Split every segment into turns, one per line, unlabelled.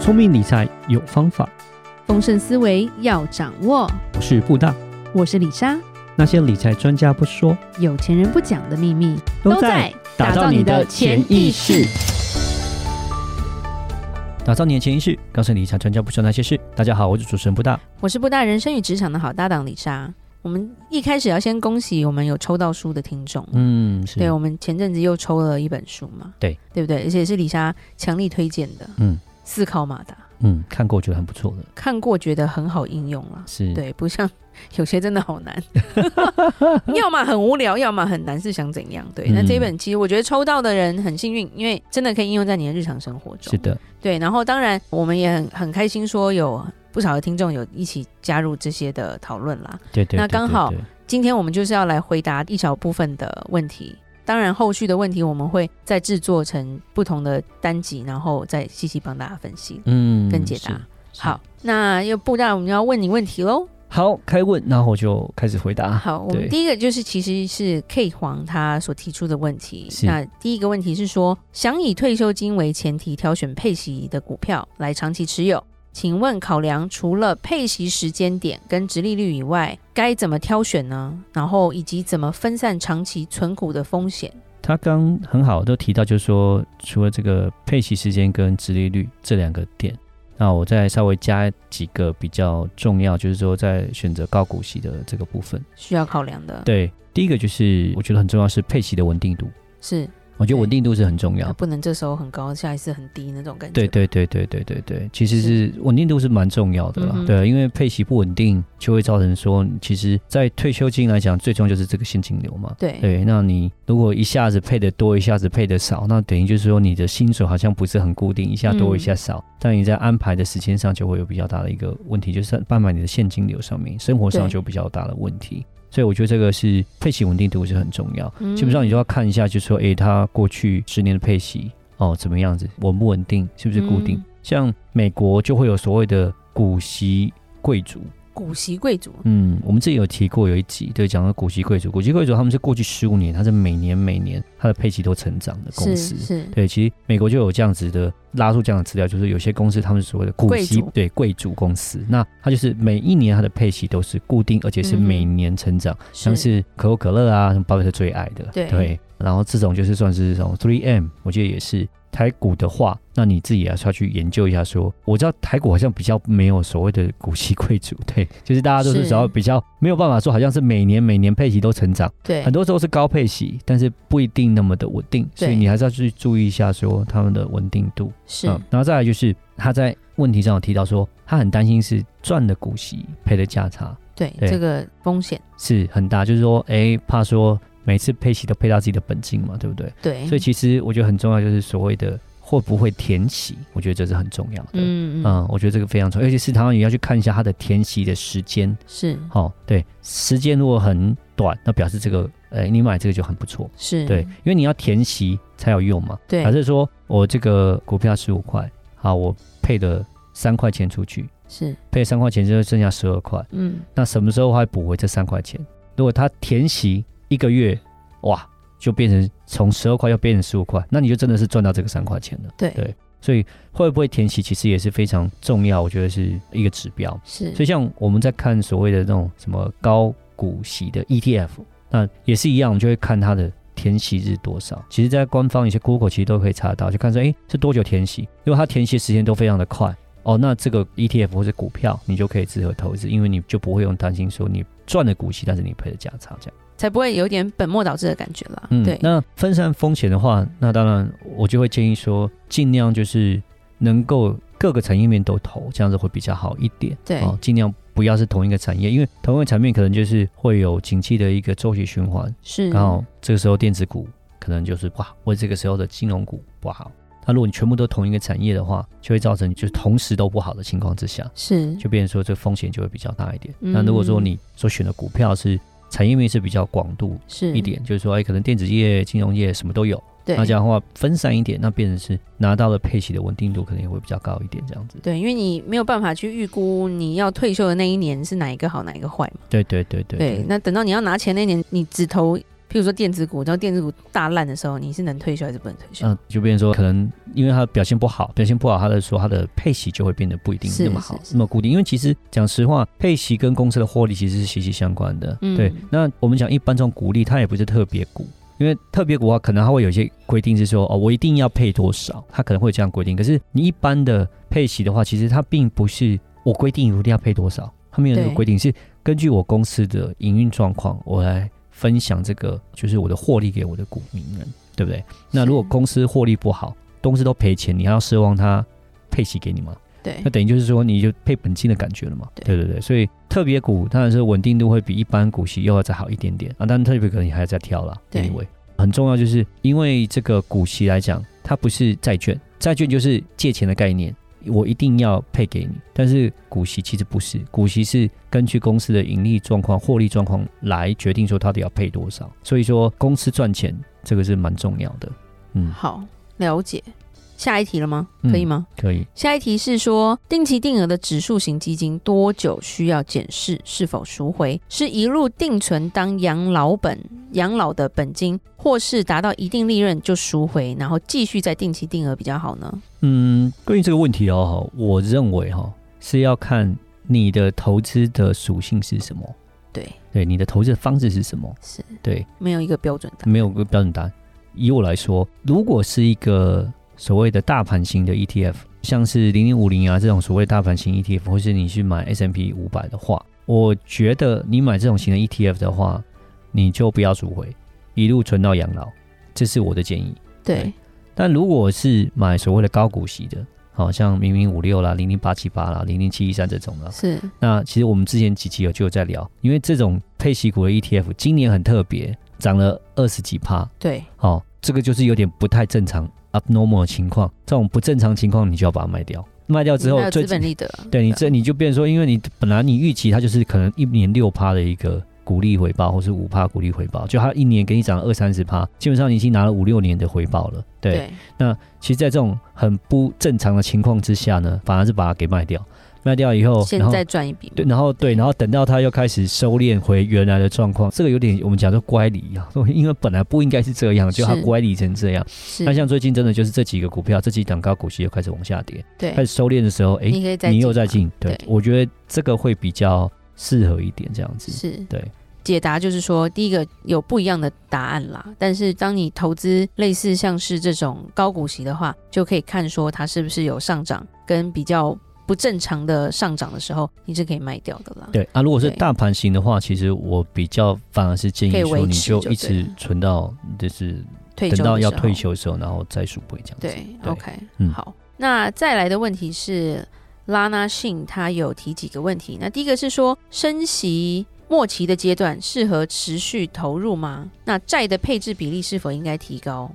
聪明理财有方法，
丰盛思维要掌握。
我是布大。
我是李莎，
那些理财专家不说，
有钱人不讲的秘密
打造你的潜意识。。打造你的潜意识，告诉你理财专家不说那些事。大家好，我是主持人布大。
我是布大人生与职场的好搭档李莎。我们一开始要先恭喜我们有抽到书的听众。
嗯，是
对，我们前阵子又抽了一本书嘛，
对
对不对？而且是李莎强力推荐的，
嗯
《思考马达》，
嗯，看过觉得很不错的，
看过觉得很好应用啊啦。
是，
对，不像 有些真的好 难，要么很无聊，要么很难，是想怎样？对，那这一
嗯
本其实我觉得抽到的人很幸运，因为真的可以应用在你的日常生活中
是。的，
对，然后当然我们也很很开心，说有不少的听众有一起加入这些的讨论啦。
对对。
那
对
刚好，
对对
今天我们就是要来回答一小部分的问题，当然后续的问题我们会再制作成不同的单集，然后再细细帮大家分析。
嗯，
跟解答
是。是
好，，那又不大，我们要问你问题喽。
好，开问，然后我就开始回答。
好，我们
对
第一个就是其实是 K 黄他所提出的问题。
是
那第一个问题是说，想以退休金为前提挑选配息的股票来长期持有，请问考量除了配息时间点跟直利率以外，该怎么挑选呢？然后以及怎么分散长期存股的风险？
他刚很好都提到，就是说除了这个配息时间跟直利率这两个点，那我再稍微加几个比较重要，就是说在选择高股息的这个部分。
需要考量的，
对，第一个就是我觉得很重要是配息的稳定度，
是
我觉得
对
稳定度是很重要。
不能这时候很高，下一次很低那种感觉。
啊对对对对对对对，其实是稳定度是蛮重要的啦。
嗯哼
对，因为配息不稳定，就会造成说，其实，在退休金来讲，最重要就是这个现金流嘛。
对
对，那你如果一下子配的多，一下子配的少，那等于就是说你的薪水好像不是很固定，一下多
嗯
一下少，但你在安排的时间上就会有比较大的一个问题，就是安排你的现金流上面，生活上
对
就有比较大的问题。所以我觉得这个是配息稳定度是很重要。
嗯
基本上你就要看一下，就是说，诶、它过去十年的配息哦怎么样子，稳不稳定，是不是固定？
嗯
像美国就会有所谓的股息贵族，
股息贵族，
嗯，我们之前有提过有一集，对，讲到股息贵族，股息贵族他们是过去十五年，它是每年每年它的配息都成长的公
是
司。
是，
对，其实美国就有这样子的拉出这样的资料，就是有些公司他们所谓的股
贵
息
族
对贵族公司，那它就是每一年它的配息都是固定，而且是
嗯哼
每年成长。像是可口可乐啊，包括是最爱的，
对
然后这种就是算是这种 3M，我记得也是台股的话，那你自己也是要去研究一下说。我知道台股好像比较没有所谓的股息贵族，对，就是大家都是
是
只要比较没有办法说，好像是每年每年配息都成长，
对
很多时候是高配息，但是不一定那么的稳定，所以
对
你还是要去注意一下说他们的稳定度。
是
嗯，然后再来就是他在问题上有提到说，他很担心是赚的股息赔的价差。
对
对
这个风险，
是很大，就是说，哎，怕说每次配息都配到自己的本金嘛，对不对？
对，
所以其实我觉得很重要，就是所谓的会不会填息，我觉得这是很重要的。嗯
嗯嗯，
我觉得这个非常重要，而且市场也要去看一下它的填息的时间。
是
好、哦，对，时间如果很短，那表示这个，哎，你买这个就很不错。
是，
对，因为你要填息才有用嘛。
嗯对
还是说我这个股票十五块，好，我配了三块钱出去，
是，
配三块钱就剩下十二块。
嗯，
那什么时候还补回这三块钱？如果他填息一个月，哇，就变成从十二块要变成十五块，那你就真的是赚到这个三块钱了。
对，
对所以会不会填息其实也是非常重要，我觉得是一个指标。
是，
所以像我们在看所谓的那种什么高股息的 ETF，那也是一样，我们就会看它的填息日多少。其实，在官方一些 Google 其实都可以查得到，就看说，诶是多久填息？如果它填息时间都非常的快，哦，那这个 ETF 或者股票你就可以适合投资，因为你就不会用担心说你赚了股息，但是你赔了价差这样。
才不会有点本末倒置的感觉啦。对，
嗯那分散风险的话，那当然我就会建议说，尽量就是能够各个产业面都投，这样子会比较好一点。
对
哦，尽量不要是同一个产业，因为同一个产业可能就是会有景气的一个周期循环，
是，
刚好这个时候电子股可能就是不好，或者这个时候的金融股不好。那如果你全部都同一个产业的话，就会造成就是同时都不好的情况之下，
是，
就变成说这风险就会比较大一点。
嗯
那如果说你所选的股票是产业面是比较广度
是
一，点，就是说，哎，可能电子业、金融业什么都有。
对
那，这样的话分散一点，那变成是拿到的配息的稳定度可能也会比较高一点，这样子。
对，因为你没有办法去预估你要退休的那一年是哪一个好，哪一个坏嘛。
对对对对
对，那等到你要拿钱那一年，你只投。譬如说电子股，当电子股大烂的时候，你是能退休还是不能退休？
嗯，就变成说，可能因为它表现不好，表现不好，它的说它的配息就会变得不一定
是
那么好
是，是
那么固定。因为其实讲实话，配息跟公司的获利其实是息息相关的。
嗯
对，那我们讲一般这种股利，它也不是特别股。因为特别股的话，可能它会有一些规定，是说哦，我一定要配多少，它可能会有这样规定。可是你一般的配息的话，其实它并不是我规定一定要配多少，它没有那个
对
规定，是根据我公司的营运状况，我来分享这个就是我的获利给我的股民们，对不对？那如果公司获利不好，公司都赔钱，你还要奢望它配息给你吗？
对
那等于就是说，你就配本金的感觉了嘛？
对
对对对，所以特别股当然是稳定度会比一般股息又要再好一点点啊，但特别股你还要再挑啦。
对
anyway，很重要就是因为这个股息来讲，它不是债券，债券就是借钱的概念，我一定要配给你，但是股息其实不是，股息是根据公司的盈利状况、获利状况来决定说到底要配多少，所以说公司赚钱这个是蛮重要的。嗯，
好了解。下一题了吗？
嗯
可以吗？
可以。
下一题是说，定期定额的指数型基金多久需要检视是否赎回？是一路定存当养老本、养老的本金，或是达到一定利润就赎回，然后继续再定期定额比较好呢？
嗯，关于这个问题哦，我认为哈、哦、是要看你的投资的属性是什么，
对，
对，你的投资的方式是什么，
是
对，
没有一个标准答案。
没有个标准答案。以我来说，如果是一个所谓的大盘型的 ETF，像是零零五零啊这种所谓大盘型 ETF，或是你去买 S M P 五百的话，我觉得你买这种型的 ETF 的话，你就不要赎回，一路存到养老，这是我的建议。
对，
但如果是买所谓的高股息的，好像零零五六啦、零零八七八啦、零零七一三这种啦，
是
那其实我们之前几期有就有在聊，因为这种配息股的 ETF 今年很特别，涨了二十几趴，
对，
哦，这个就是有点不太正常 abnormal 的情况，这种不正常情况你就要把它卖掉，卖掉之
还
后
有
最
资本利得，啊
对你这你就变成说，因为你本来你预期它就是可能一年六趴的一个股利回报，或是五趴股利回报，就它一年给你涨二三十趴，基本上你已经拿了五六年的回报了，对。
对
其实，在这种很不正常的情况之下呢，反而是把它给卖掉，卖掉以后，
现
然后
在赚一笔，
对，然后对，然后等到它又开始收敛回原来的状况，这个有点我们讲说乖离啊， 因为本来不应该是这样，就它
是
乖离成这样。
是
那像最近真的就是这几个股票，这几档高股息又开始往下跌，
对
开，始收敛的时候，哎，
你可以再
你又
进
在
嘛
进，对
对
我觉得这个会比较适合一点这样子。
是
对
解答就是说，第一个有不一样的答案啦。但是当你投资类似像是这种高股息的话，就可以看说它是不是有上涨，跟比较不正常的上涨的时候，你是可以卖掉的啦。
对啊，如果是
对
大盘型的话，其实我比较反而是建
可以
议说，
维
你
持
就
就
一
对
直
了
存到就是
退休
等到
的
要
时候
退休的时候，然后再赎回这样子。
对
对
o k
嗯
好。那再来的问题是，拉纳信他有提几个问题。那第一个是说，升息末期的阶段适合持续投入吗？那债的配置比例是否应该提高？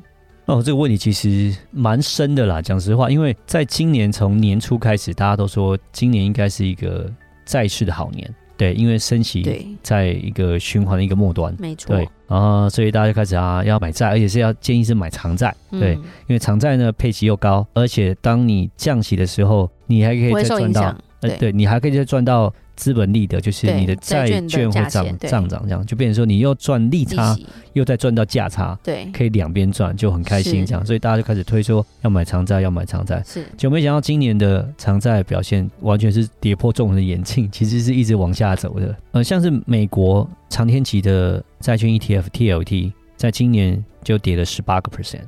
哦，这个问题其实蛮深的啦。讲实话，因为在今年从年初开始，大家都说今年应该是一个债市的好年，对，因为升息
对，
在一个循环的一个末端，
没错，
嗯对，啊、所以大家就开始啊要买债，而且是要建议是买长债，对，
嗯
因为长债呢配息又高，而且当你降息的时候，你还可以
不会
再
受
赚
影
到
响，。
呃，
对
对你还可以再赚到资本利得，就是
对
你的
债
债
券的
券会
价
涨
钱对
上涨，这样就变成说你又赚利
利
差，
息，
又再赚到价差，
对，
可以两边赚，就很开心
是
这样，所以大家就开始推说要买长债，要买长债。
是
就没想到今年的长债表现完全是跌破众人的眼镜， 其实是一直往下走的。呃，像是美国长天期的债券 E ETF TLT，在今年就跌了十八个 percent，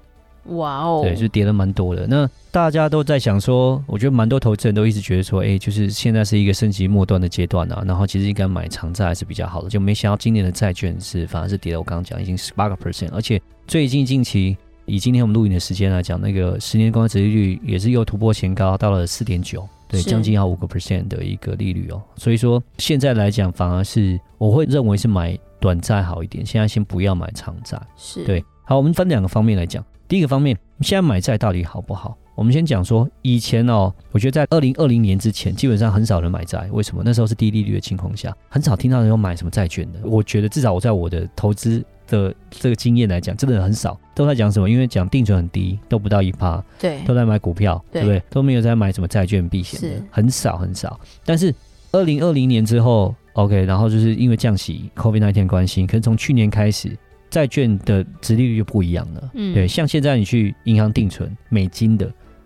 哇哦，
对，就跌了蛮多的。那大家都在想说，我觉得蛮多投资人都一直觉得说，哎，就是现在是一个升级末端的阶段啊，然后其实应该买长债还是比较好的，就没想到今年的债券是反而是跌了，我刚刚讲已经十八个 percent，而且最近近期。以今天我们录影的时间来讲，那个十年公债殖利率也是又突破前高，到了四点九，对，
是
将近要五个 percent 的一个利率哦。所以说现在来讲，反而是我会认为是买短债好一点，现在先不要买长债。
是
对，好，我们分两个方面来讲。第一个方面，现在买债到底好不好？我们先讲说，以前哦，我觉得在二零二零年之前，基本上很少人买债。为什么？那时候是低利率的情况下，很少听到人有买什么债券的。我觉得至少我在我的投资的这个经验来讲，真的很少都在讲什么，因为讲定存很低，都不到一趴，
对
都在买股票，
对
对不对？都没有在买什么债券避险
是
的，很少很少。但是二零二零年之后，OK，然后就是因为降息，COVID 19关系，可是从去年开始，债券的殖利率就不一样了。
嗯
对，像现在你去银行定存，美金的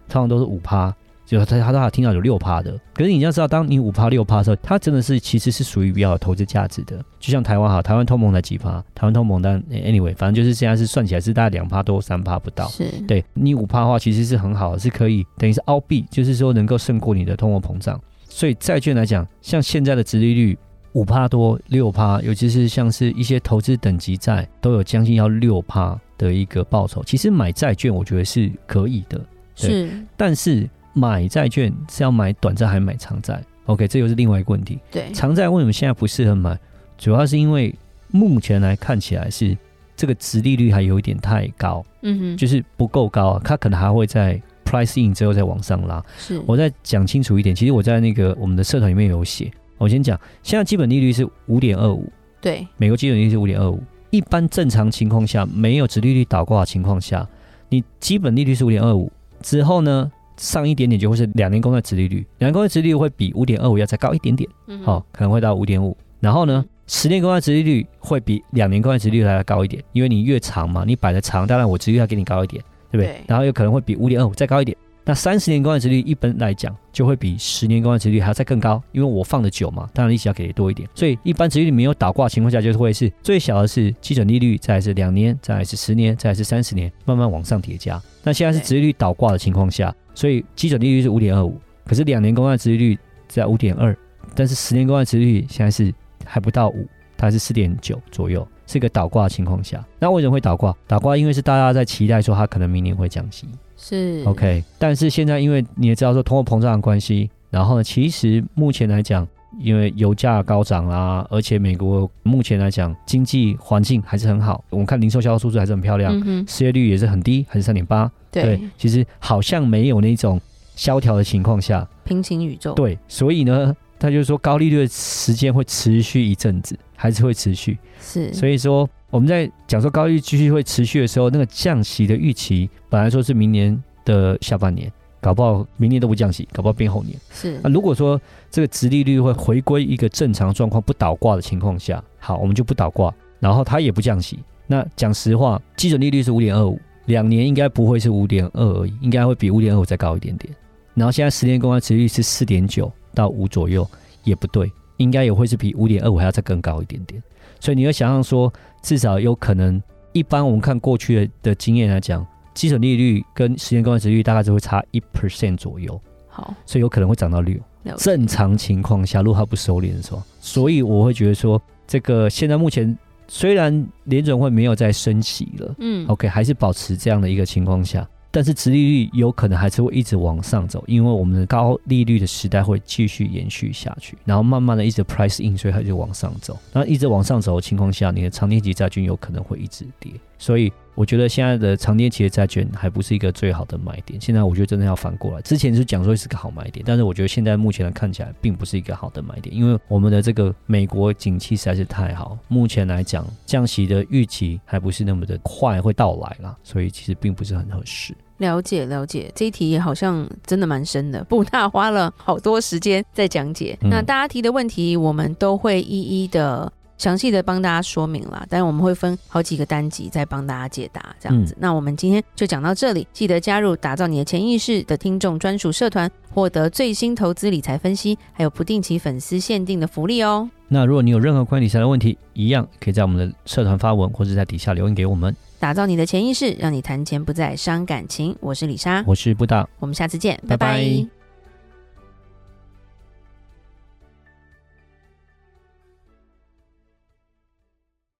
通常都是五趴，就他他都还听到有六趴的。可是你要知道，当你五趴六趴的时候，它真的是其实是属于比较有投资价值的。就像台湾哈，台湾通膨才几趴，台湾通膨但 anyway，反正就是现在是算起来是大概两趴多三趴不到。
是，
对你五趴的话，其实是很好的，是可以等于是凹币，就是说能够胜过你的通货膨胀。所以债券来讲，像现在的殖利率五趴多六趴，尤其是像是一些投资等级债，都有将近要六趴的一个报酬。其实买债券我觉得是可以的，
是，
但是买债券是要买短债还是买长债？OK，这又是另外一个问题。
对，
长债为什么现在不适合买？主要是因为目前来看起来是这个殖利率还有一点太高。
嗯哼，
就是不够高啊，它可能还会在 price in 之后再往上拉。
是，
我再讲清楚一点，其实我在那个我们的社团里面有写，我先讲，现在基本利率是五点二五，
对，
美国基本利率是五点二五，一般正常情况下没有殖利率倒挂的情况下，你基本利率是五点二五之后呢，上一点点就会是两年公债殖利率，两年公债殖利率会比五点二五要再高一点点。
嗯
好、
哼，
可能会到五点五。然后呢
嗯，
十年公债殖利率会比两年公债殖利率还要高一点，因为你越长嘛，你摆的长，当然我殖利率要给你高一点，对不对？
对
然后有可能会比五点二五再高一点。那三十年公债殖利率一般来讲就会比十年公债殖利率还要再更高，因为我放的久嘛，当然利息要给的多一点。所以一般殖利率没有倒挂的情况下，就是会是最小的是基准利率，再来是两年，再来是十年，再来是三十年，慢慢往上叠加。那现在是
对
殖利率倒挂的情况下，所以基准利率是五点二五，可是两年公债殖利率在五点二，但是十年公债殖利率现在是还不到五，它是四点九左右，是一个倒挂的情况下。那为什么会倒挂？倒挂因为是大家在期待说它可能明年会降息
是
，OK。但是现在因为你也知道说通货膨胀的关系，然后呢，其实目前来讲。因为油价高涨啦、而且美国目前来讲经济环境还是很好，我们看零售销售数字还是很漂亮，
嗯哼，
失业率也是很低，还是三点八。
对，，
其实好像没有那种萧条的情况下，
平行宇宙，
对，所以呢，他就说高利率的时间会持续一阵子，还是会持续。
是，
所以说我们在讲说高利率继续会持续的时候，那个降息的预期本来说是明年的下半年。搞不好明年都不降息，搞不好变后年。
是
那、，如果说这个殖利率会回归一个正常状况，不倒挂的情况下，好，我们就不倒挂，然后它也不降息。那讲实话，基准利率是五点二五，两年应该不会是五点二而已，应该会比五点二五再高一点点。然后现在十年公债殖利率是四点九到五左右，也不对，应该也会是比五点二五还要再更高一点点。所以你要想象说，至少有可能，一般我们看过去的的经验来讲，基准利率跟十年公债殖利率大概就会差一 percent 左右，
好，
所以有可能会涨到六。
了解
正常情况下，如果它不收敛的时候，所以我会觉得说，这个现在目前虽然联准会没有再升息了、
嗯
o，k 还是保持这样的一个情况下，但是殖利率有可能还是会一直往上走，因为我们的高利率的时代会继续延续下去，然后慢慢的一直 price in，所以它就往上走。那一直往上走的情况下，你的长天期债券有可能会一直跌，所以。我觉得现在的长天期的债券还不是一个最好的买点，现在我觉得真的要反过来。之前是讲说是个好买点，但是我觉得现在目前来看起来并不是一个好的买点，因为我们的这个美国景气实在是太好，目前来讲降息的预期还不是那么的快会到来啦，所以其实并不是很合适。
了解了解，这一题也好像真的蛮深的，布大花了好多时间在讲解。
嗯
那大家提的问题，我们都会一一的详细的帮大家说明啦，但我们会分好几个单集再帮大家解答这
嗯
样子。那我们今天就讲到这里，记得加入打造你的潜意识的听众专属社团，获得最新投资理财分析，还有不定期粉丝限定的福利哦。
那如果你有任何关于理财的问题，一样可以在我们的社团发文或者在底下留言给我们。
打造你的潜意识，让你谈钱不再伤感情。我是李莎，
我是布大，
我们下次见，
拜
拜
拜
拜